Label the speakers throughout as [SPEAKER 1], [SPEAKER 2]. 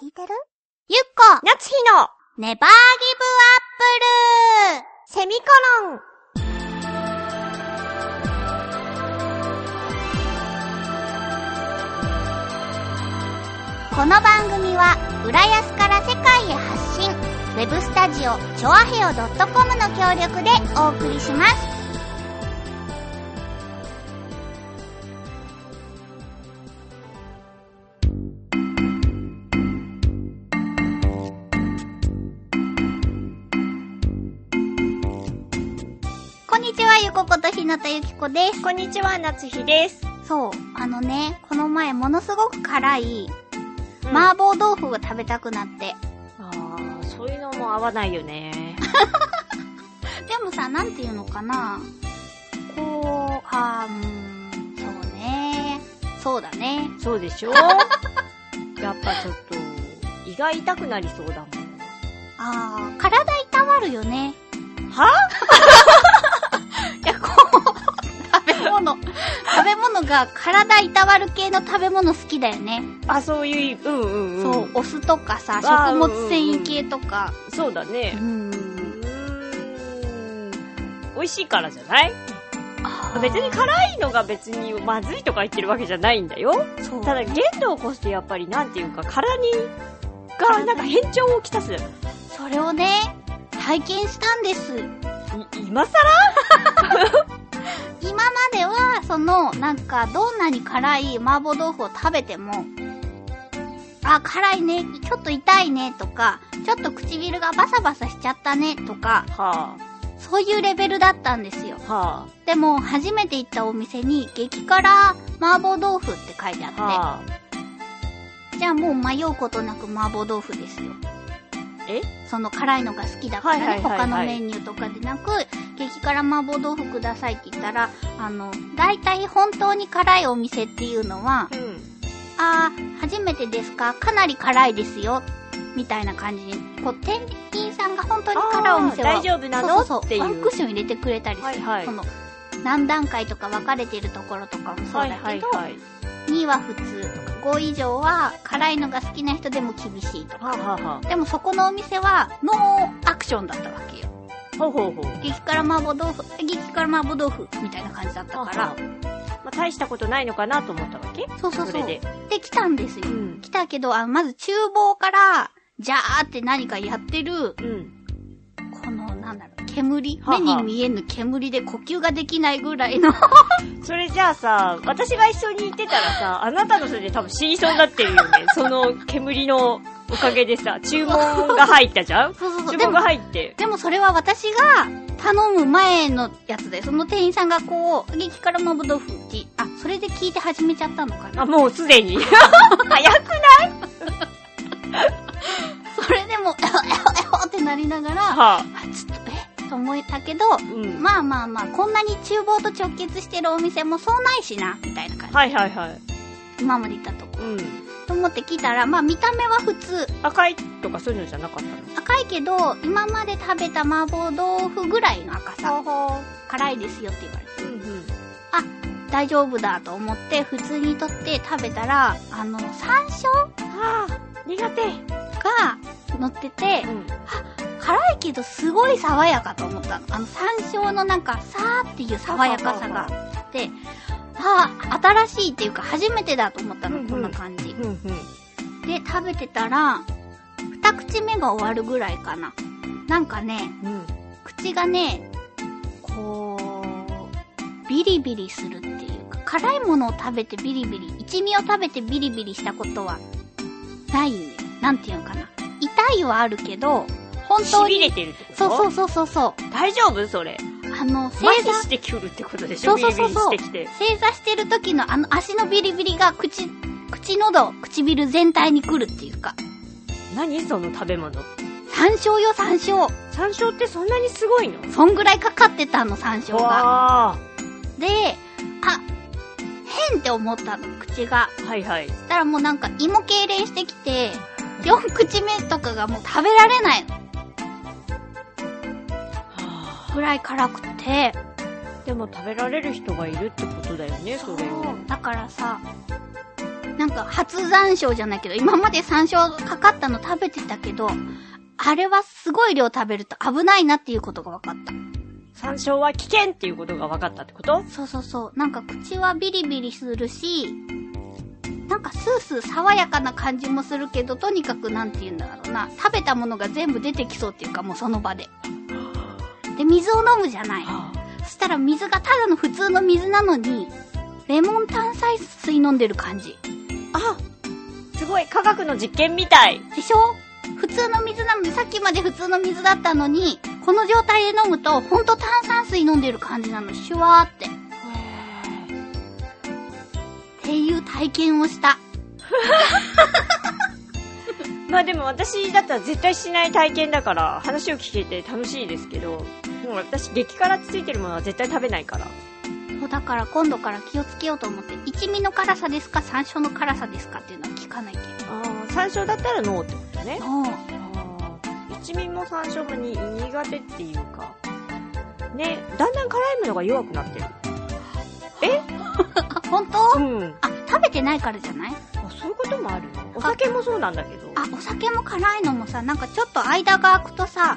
[SPEAKER 1] 聞いてるゆっこ
[SPEAKER 2] 夏日の
[SPEAKER 1] ネバーギブアップル
[SPEAKER 2] セミコロン
[SPEAKER 1] この番組は浦安から世界へ発信ウェブスタジオチョアヘオ .com の協力でお送りしますこんにちはゆこことひなたゆきこです
[SPEAKER 2] こんにちは夏日です、
[SPEAKER 1] そうあのねこの前ものすごく辛い
[SPEAKER 2] ま
[SPEAKER 1] 麻婆豆腐が食べたくなって。
[SPEAKER 2] あーそういうのも合わないよね
[SPEAKER 1] でもさ、なんていうのかな。こう、あーうーん、そうね。そうだね。
[SPEAKER 2] そうでしょやっぱちょっと胃が痛くなりそうだもん
[SPEAKER 1] あー、体痛まるよね。
[SPEAKER 2] はい
[SPEAKER 1] や、こう、食べ物、食べ物が体痛まる系の食べ物好きだよね。
[SPEAKER 2] あそういううんうんうん
[SPEAKER 1] そう、お酢とかさ、
[SPEAKER 2] あー
[SPEAKER 1] 食物繊維系とか。
[SPEAKER 2] そうだ
[SPEAKER 1] う
[SPEAKER 2] ねう
[SPEAKER 1] ーん。
[SPEAKER 2] ーん美味しいからじゃない
[SPEAKER 1] あー
[SPEAKER 2] 別に辛いのが別にまずいとか言ってるわけじゃないんだよ
[SPEAKER 1] そう。
[SPEAKER 2] ただ限度を越してやっぱりなんていうか体にがなんか変調をきたすい
[SPEAKER 1] それをね、体験したんです。
[SPEAKER 2] 今さ
[SPEAKER 1] 今までは、その、なんか、どんなに辛い麻婆豆腐を食べても、あ、辛いね、ちょっと痛いね、とか、ちょっと唇がバサバサしちゃったね、とか、
[SPEAKER 2] らは
[SPEAKER 1] そういうレベルだったんですよ。
[SPEAKER 2] あは
[SPEAKER 1] でも、初めて行ったお店に、激辛麻婆豆腐って書いて
[SPEAKER 2] あ
[SPEAKER 1] あ
[SPEAKER 2] はあ
[SPEAKER 1] って、じゃあもう迷うことなく麻婆豆腐ですよ。
[SPEAKER 2] え
[SPEAKER 1] その辛いのが好きだからね、
[SPEAKER 2] はいはいはいはい
[SPEAKER 1] 他のメニューとかでなく、激辛麻婆豆腐くださいって言ったら、あの、大体本当に辛いお店っていうのは、
[SPEAKER 2] うん
[SPEAKER 1] あー、初めてですかかなり辛いですよ。みたいな感じに、こう、店員さんが本当に辛いお店は、
[SPEAKER 2] あー大丈夫なの
[SPEAKER 1] そうそうそう
[SPEAKER 2] っていう
[SPEAKER 1] ワンクッション入れてくれたりする。
[SPEAKER 2] はいはい
[SPEAKER 1] その、何段階とか分かれてるところとかもそうだ
[SPEAKER 2] は
[SPEAKER 1] け
[SPEAKER 2] い
[SPEAKER 1] ど、
[SPEAKER 2] はいはい
[SPEAKER 1] 2は普通とか、5以上は辛いのが好きな人でも厳しいとか。
[SPEAKER 2] はあはあは
[SPEAKER 1] でもそこのお店は、ノーアクションだったわけよ。
[SPEAKER 2] あほうほうほう
[SPEAKER 1] 激辛麻婆豆腐、激辛麻婆豆腐みたいな感じだった
[SPEAKER 2] だ
[SPEAKER 1] か
[SPEAKER 2] から、
[SPEAKER 1] ら
[SPEAKER 2] ま、あ、大したことないのかなと思ったわけ
[SPEAKER 1] そうそう
[SPEAKER 2] そ
[SPEAKER 1] そ
[SPEAKER 2] れ
[SPEAKER 1] う。
[SPEAKER 2] で
[SPEAKER 1] で、きたんですよ
[SPEAKER 2] う。ん
[SPEAKER 1] 来たけど、あまず厨房から、じゃーって何かやってる、
[SPEAKER 2] うん
[SPEAKER 1] この、なんだろう、煙
[SPEAKER 2] は
[SPEAKER 1] 目
[SPEAKER 2] は
[SPEAKER 1] に見えぬ煙で呼吸ができないぐら いの。
[SPEAKER 2] それじゃあさ私が一緒に行ってたらさあなたのせいで多分死にそうになってるよ ねその煙のおかげでさ注文が入ったじゃ ん
[SPEAKER 1] そうそうそう。
[SPEAKER 2] 注
[SPEAKER 1] で
[SPEAKER 2] 文が
[SPEAKER 1] も、
[SPEAKER 2] 入って
[SPEAKER 1] でもそれは私が頼む前のやつで、その店員さんがこう、激辛麻婆豆腐き、あ、それで聞いて始めちゃったのかな
[SPEAKER 2] あ。もうすで に早く
[SPEAKER 1] それでも、えほえほえほってなりながら、あ、
[SPEAKER 2] はあ
[SPEAKER 1] ちょっと、えと思えたけど、
[SPEAKER 2] うん
[SPEAKER 1] まあまあまあ、こんなに厨房と直結してるお店もそうないしな、みたいな感じ。
[SPEAKER 2] はいはいはい
[SPEAKER 1] 今まで行ったとこ。
[SPEAKER 2] うん
[SPEAKER 1] と思って来たら、まあ見た目は普通。
[SPEAKER 2] 赤いとかそういうのじゃなかった
[SPEAKER 1] 赤いけど、今まで食べた麻婆豆腐ぐらいの赤さ。
[SPEAKER 2] のは
[SPEAKER 1] 辛いですよって言われて。
[SPEAKER 2] うんうん
[SPEAKER 1] 大丈夫だと思って、普通にとって食べたら、あの、山椒
[SPEAKER 2] はあ苦手
[SPEAKER 1] が乗ってて
[SPEAKER 2] う、ん
[SPEAKER 1] 辛いけどすごい爽やかと思ったの。あの、山椒のなんか、さーっていう爽やかさがあって、ああ、新しいっていうか初めてだと思った
[SPEAKER 2] うんう
[SPEAKER 1] の、
[SPEAKER 2] ん
[SPEAKER 1] こんな感じ。
[SPEAKER 2] うんうん
[SPEAKER 1] で、食べてたら、二口目が終わるぐらいかな。なんかね、
[SPEAKER 2] うん
[SPEAKER 1] 口がね、こう、ビリビリするっていうか、辛いものを食べてビリビリ、一味を食べてビリビリしたことは、ないんだよ。なんていうのかな。痛いはあるけど、本当
[SPEAKER 2] しび
[SPEAKER 1] に、
[SPEAKER 2] れてるってこと
[SPEAKER 1] そうそううそうそうそう、
[SPEAKER 2] 大丈夫それ
[SPEAKER 1] あの、正
[SPEAKER 2] 麻痺
[SPEAKER 1] 座、
[SPEAKER 2] してくるってことでし
[SPEAKER 1] そ
[SPEAKER 2] ょ
[SPEAKER 1] うそうそうそう
[SPEAKER 2] ビリビリしてきて
[SPEAKER 1] 正座してる時のあの足のビリビリが口、口喉、唇全体に来るっていうか、
[SPEAKER 2] 何その食べ物
[SPEAKER 1] 山椒よ山椒。
[SPEAKER 2] 山椒ってそんなにすごいの
[SPEAKER 1] そんぐらいかかってたの、山椒が。
[SPEAKER 2] わ
[SPEAKER 1] で、あ、変って思ったの、口が。
[SPEAKER 2] ーはいはい
[SPEAKER 1] そしたらもうなんか胃も痙攣してきて、4口目とかがもう食べられないのぐらい辛くて。
[SPEAKER 2] でも食べられる人がいるってことだよねそれを
[SPEAKER 1] だからさ、なんか初山椒じゃないけど、今まで山椒かかったの食べてたけど、あれはすごい量食べると危ないなっていうことが分かった。
[SPEAKER 2] 山椒は危険っていうことが分かったってこと
[SPEAKER 1] そうそうそう。なんか口はビリビリするし、なんかスースー爽やかな感じもするけど、とにかくなんて言うんだろうな。食べたものが全部出てきそうっていうか、もうその場で。で、水を飲むじゃない。そしたら水がただの普通の水なのに、レモン炭酸水飲んでる感じ。
[SPEAKER 2] あすごい科学の実験みたい
[SPEAKER 1] でしょ普通の水なのに、さっきまで普通の水だったのに、この状態で飲むと、ほんと炭酸水飲んでる感じなの。シュワーって。っていう体験をした。
[SPEAKER 2] まあでも私だったら絶対しない体験だから話を聞けて楽しいですけどもう私激辛ついてるものは絶対食べないから
[SPEAKER 1] そうだから今度から気をつけようと思って、一味の辛さですか、山椒の辛さですかっていうのは聞かないけど。
[SPEAKER 2] あ山椒だったらノーってことね
[SPEAKER 1] お
[SPEAKER 2] 一味も山椒もに苦手っていうかねだんだん辛いものが弱くなってる
[SPEAKER 1] あ、本当
[SPEAKER 2] うん
[SPEAKER 1] あ、食べてないからじゃない
[SPEAKER 2] あそういうこともあるお酒もそうなんだけど
[SPEAKER 1] あ、お酒も辛いのもさ、なんかちょっと間が空くとさ、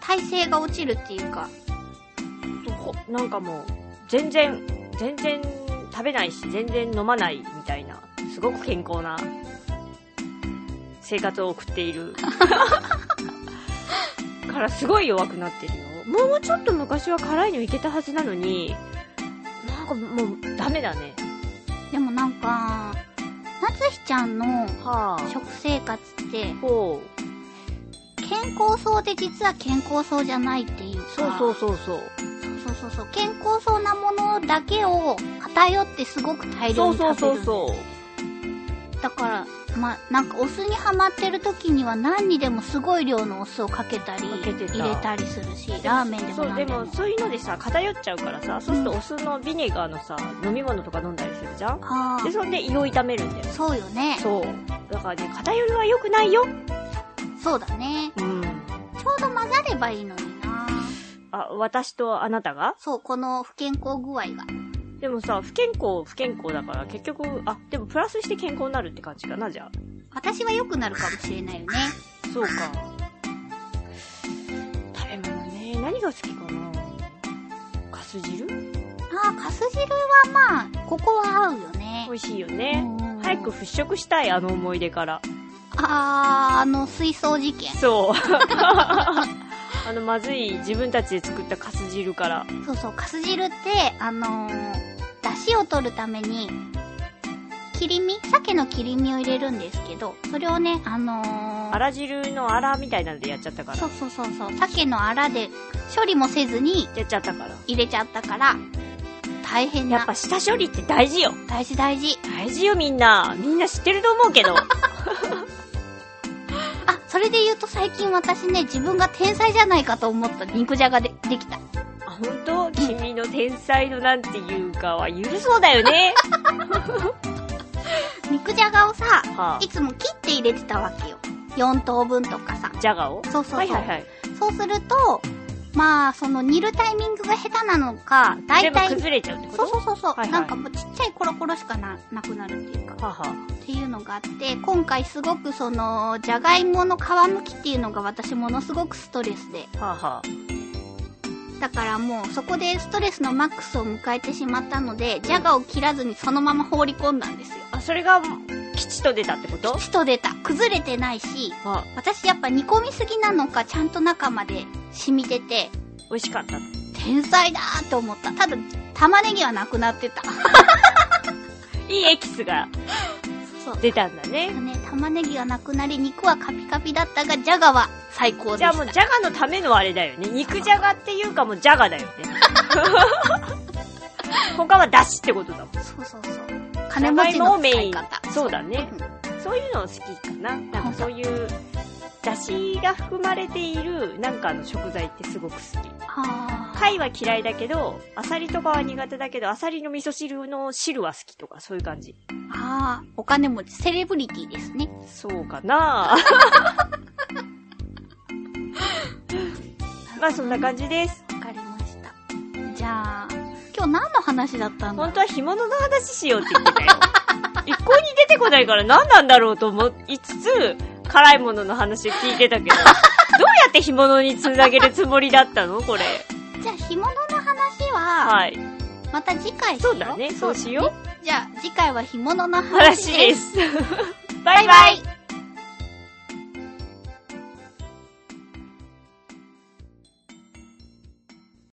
[SPEAKER 1] 体勢が落ちるっていうか。
[SPEAKER 2] とこなんかもう全然全然食べないし全然飲まないみたいなすごく健康な生活を送ってい るからすごい弱くなってるよもうちょっと昔は辛いのいけたはずなのになんかもうダメだね
[SPEAKER 1] でもなんか、なつひちゃんの
[SPEAKER 2] はあ
[SPEAKER 1] 食生活って、
[SPEAKER 2] ほう
[SPEAKER 1] 健康そうで実は健康そうじゃないっていうか。
[SPEAKER 2] そうそうそうそう
[SPEAKER 1] そうそうそう。健康そうなものだけを偏ってすごく大量
[SPEAKER 2] そう
[SPEAKER 1] に食べるんだ
[SPEAKER 2] そ
[SPEAKER 1] よ
[SPEAKER 2] う
[SPEAKER 1] ね
[SPEAKER 2] そうそう
[SPEAKER 1] だから、まあ、なんかお酢にハマってる時には何にでもすごい量のお酢をかけたり
[SPEAKER 2] かけてた
[SPEAKER 1] 入れたりするしラーメンでも
[SPEAKER 2] そう
[SPEAKER 1] 何で
[SPEAKER 2] で
[SPEAKER 1] も
[SPEAKER 2] もそういうのでさ偏っちゃうからさそうするとお酢のビネガーのさ飲み物とか飲んだりするじゃん
[SPEAKER 1] あ
[SPEAKER 2] でそんで胃を痛めるんだよ
[SPEAKER 1] あそうよね
[SPEAKER 2] そう。だからね、偏りは良くないよ。
[SPEAKER 1] そうだね
[SPEAKER 2] うん。
[SPEAKER 1] ちょうど混ざればいいのにな
[SPEAKER 2] あ、私とあなたが
[SPEAKER 1] そうこの不健康具合が
[SPEAKER 2] でもさ、不健康、不健康だから結局、あ、でもプラスして健康になるって感じかな、じゃ
[SPEAKER 1] 私は良くなるかもしれないよね
[SPEAKER 2] あ。そうか。食べ物ね、何が好きかなかす汁
[SPEAKER 1] ああかす汁はまあここは合うよね
[SPEAKER 2] 美味しいよね。
[SPEAKER 1] うん
[SPEAKER 2] 早く払拭したい、あの思い出から。
[SPEAKER 1] あああの水槽事件
[SPEAKER 2] そう。 あの、まずい自分たちで作ったかす汁から。
[SPEAKER 1] そうそう、かす汁って、あのー、だしを取るために、切り身鮭の切り身を入れるんですけど、それをね、あのー、
[SPEAKER 2] あら汁のあらみたいなのでやっちゃったから
[SPEAKER 1] そ。うそうそうそう、鮭のアラで処理もせずに
[SPEAKER 2] やっちゃったから。
[SPEAKER 1] 入れちゃったから、大変な。
[SPEAKER 2] やっぱ下処理って大事よ。
[SPEAKER 1] 大事大事。
[SPEAKER 2] 大事よみんな。みんな知ってると思う けど。
[SPEAKER 1] あ、それで言うと最近私ね、自分が天才じゃないかと思った肉じゃがで、できた。
[SPEAKER 2] あ、本当君の天才のなんていうかは許そうだよ ね。
[SPEAKER 1] 肉じゃがをさ、
[SPEAKER 2] はい
[SPEAKER 1] つも切って入れてたわけよ。4等分とかさ。
[SPEAKER 2] あ、ジャガを
[SPEAKER 1] そうそうそう。
[SPEAKER 2] はいはいはい。
[SPEAKER 1] そうすると、まあ、その煮るタイミングが下手なのか、大
[SPEAKER 2] 全部
[SPEAKER 1] 体、
[SPEAKER 2] 崩れちゃうってこと
[SPEAKER 1] そうそうそうそう、
[SPEAKER 2] はいはい
[SPEAKER 1] なんかもうちっちゃいコロコロしかななくなるっていうか、
[SPEAKER 2] はあは
[SPEAKER 1] っていうのがあって、今回すごくその、じゃがいもの皮むきっていうのが私ものすごくストレスで、
[SPEAKER 2] あ、はあはあ。
[SPEAKER 1] だからもうそこでストレスのマックスを迎えてしまったので、じゃがを切らずにそのまま放り込んだんですよ。
[SPEAKER 2] あ、それが、吉と出たってこと
[SPEAKER 1] 血と出た。崩れてないし、
[SPEAKER 2] あ、
[SPEAKER 1] 私やっぱ煮込みすぎなのか、ちゃんと中まで染みてて、
[SPEAKER 2] 美味しかった。
[SPEAKER 1] 天才だーって思った。ただ、玉ねぎはなくなってた。
[SPEAKER 2] いいエキスが
[SPEAKER 1] そう。
[SPEAKER 2] 出たんだね。
[SPEAKER 1] ね、玉ねぎがなくなり、肉はカピカピだったが、じゃがは最高で
[SPEAKER 2] じゃあ
[SPEAKER 1] し
[SPEAKER 2] もう、
[SPEAKER 1] た。
[SPEAKER 2] ジャガのためのあれだよね。肉じゃがっていうかもう、ジャガだよね。 他は出汁ってことだもん。
[SPEAKER 1] そうそうそう。金持ちの使い
[SPEAKER 2] ジャガイモ
[SPEAKER 1] 方
[SPEAKER 2] をメイ。ンそうだね。そういうの好きかな。なんかそういう、だしが含まれている、なんかあの食材ってすごく好き。
[SPEAKER 1] はあ。
[SPEAKER 2] 貝は嫌いだけど、アサリとかは苦手だけど、アサリの味噌汁の汁は好きとか、そういう感じ。
[SPEAKER 1] ああ、お金持ち、セレブリティですね。
[SPEAKER 2] そうかな まあそんな感じです。
[SPEAKER 1] わかりました。じゃあ、今日何の話だったんだ
[SPEAKER 2] 本当は干物の話しようって言ってたよ。一向に出てこないから何なんだろうと思いつつ、辛いものの話聞いて たけど、どうやって干物につなげるつもりだったのこれ。
[SPEAKER 1] じゃあ、干物の話は、
[SPEAKER 2] はい。
[SPEAKER 1] また次回しよ
[SPEAKER 2] そうだね。そうしよ
[SPEAKER 1] う。じゃあ、次回は干物の
[SPEAKER 2] う。話
[SPEAKER 1] 話
[SPEAKER 2] で
[SPEAKER 1] です。
[SPEAKER 2] す。バイバイ。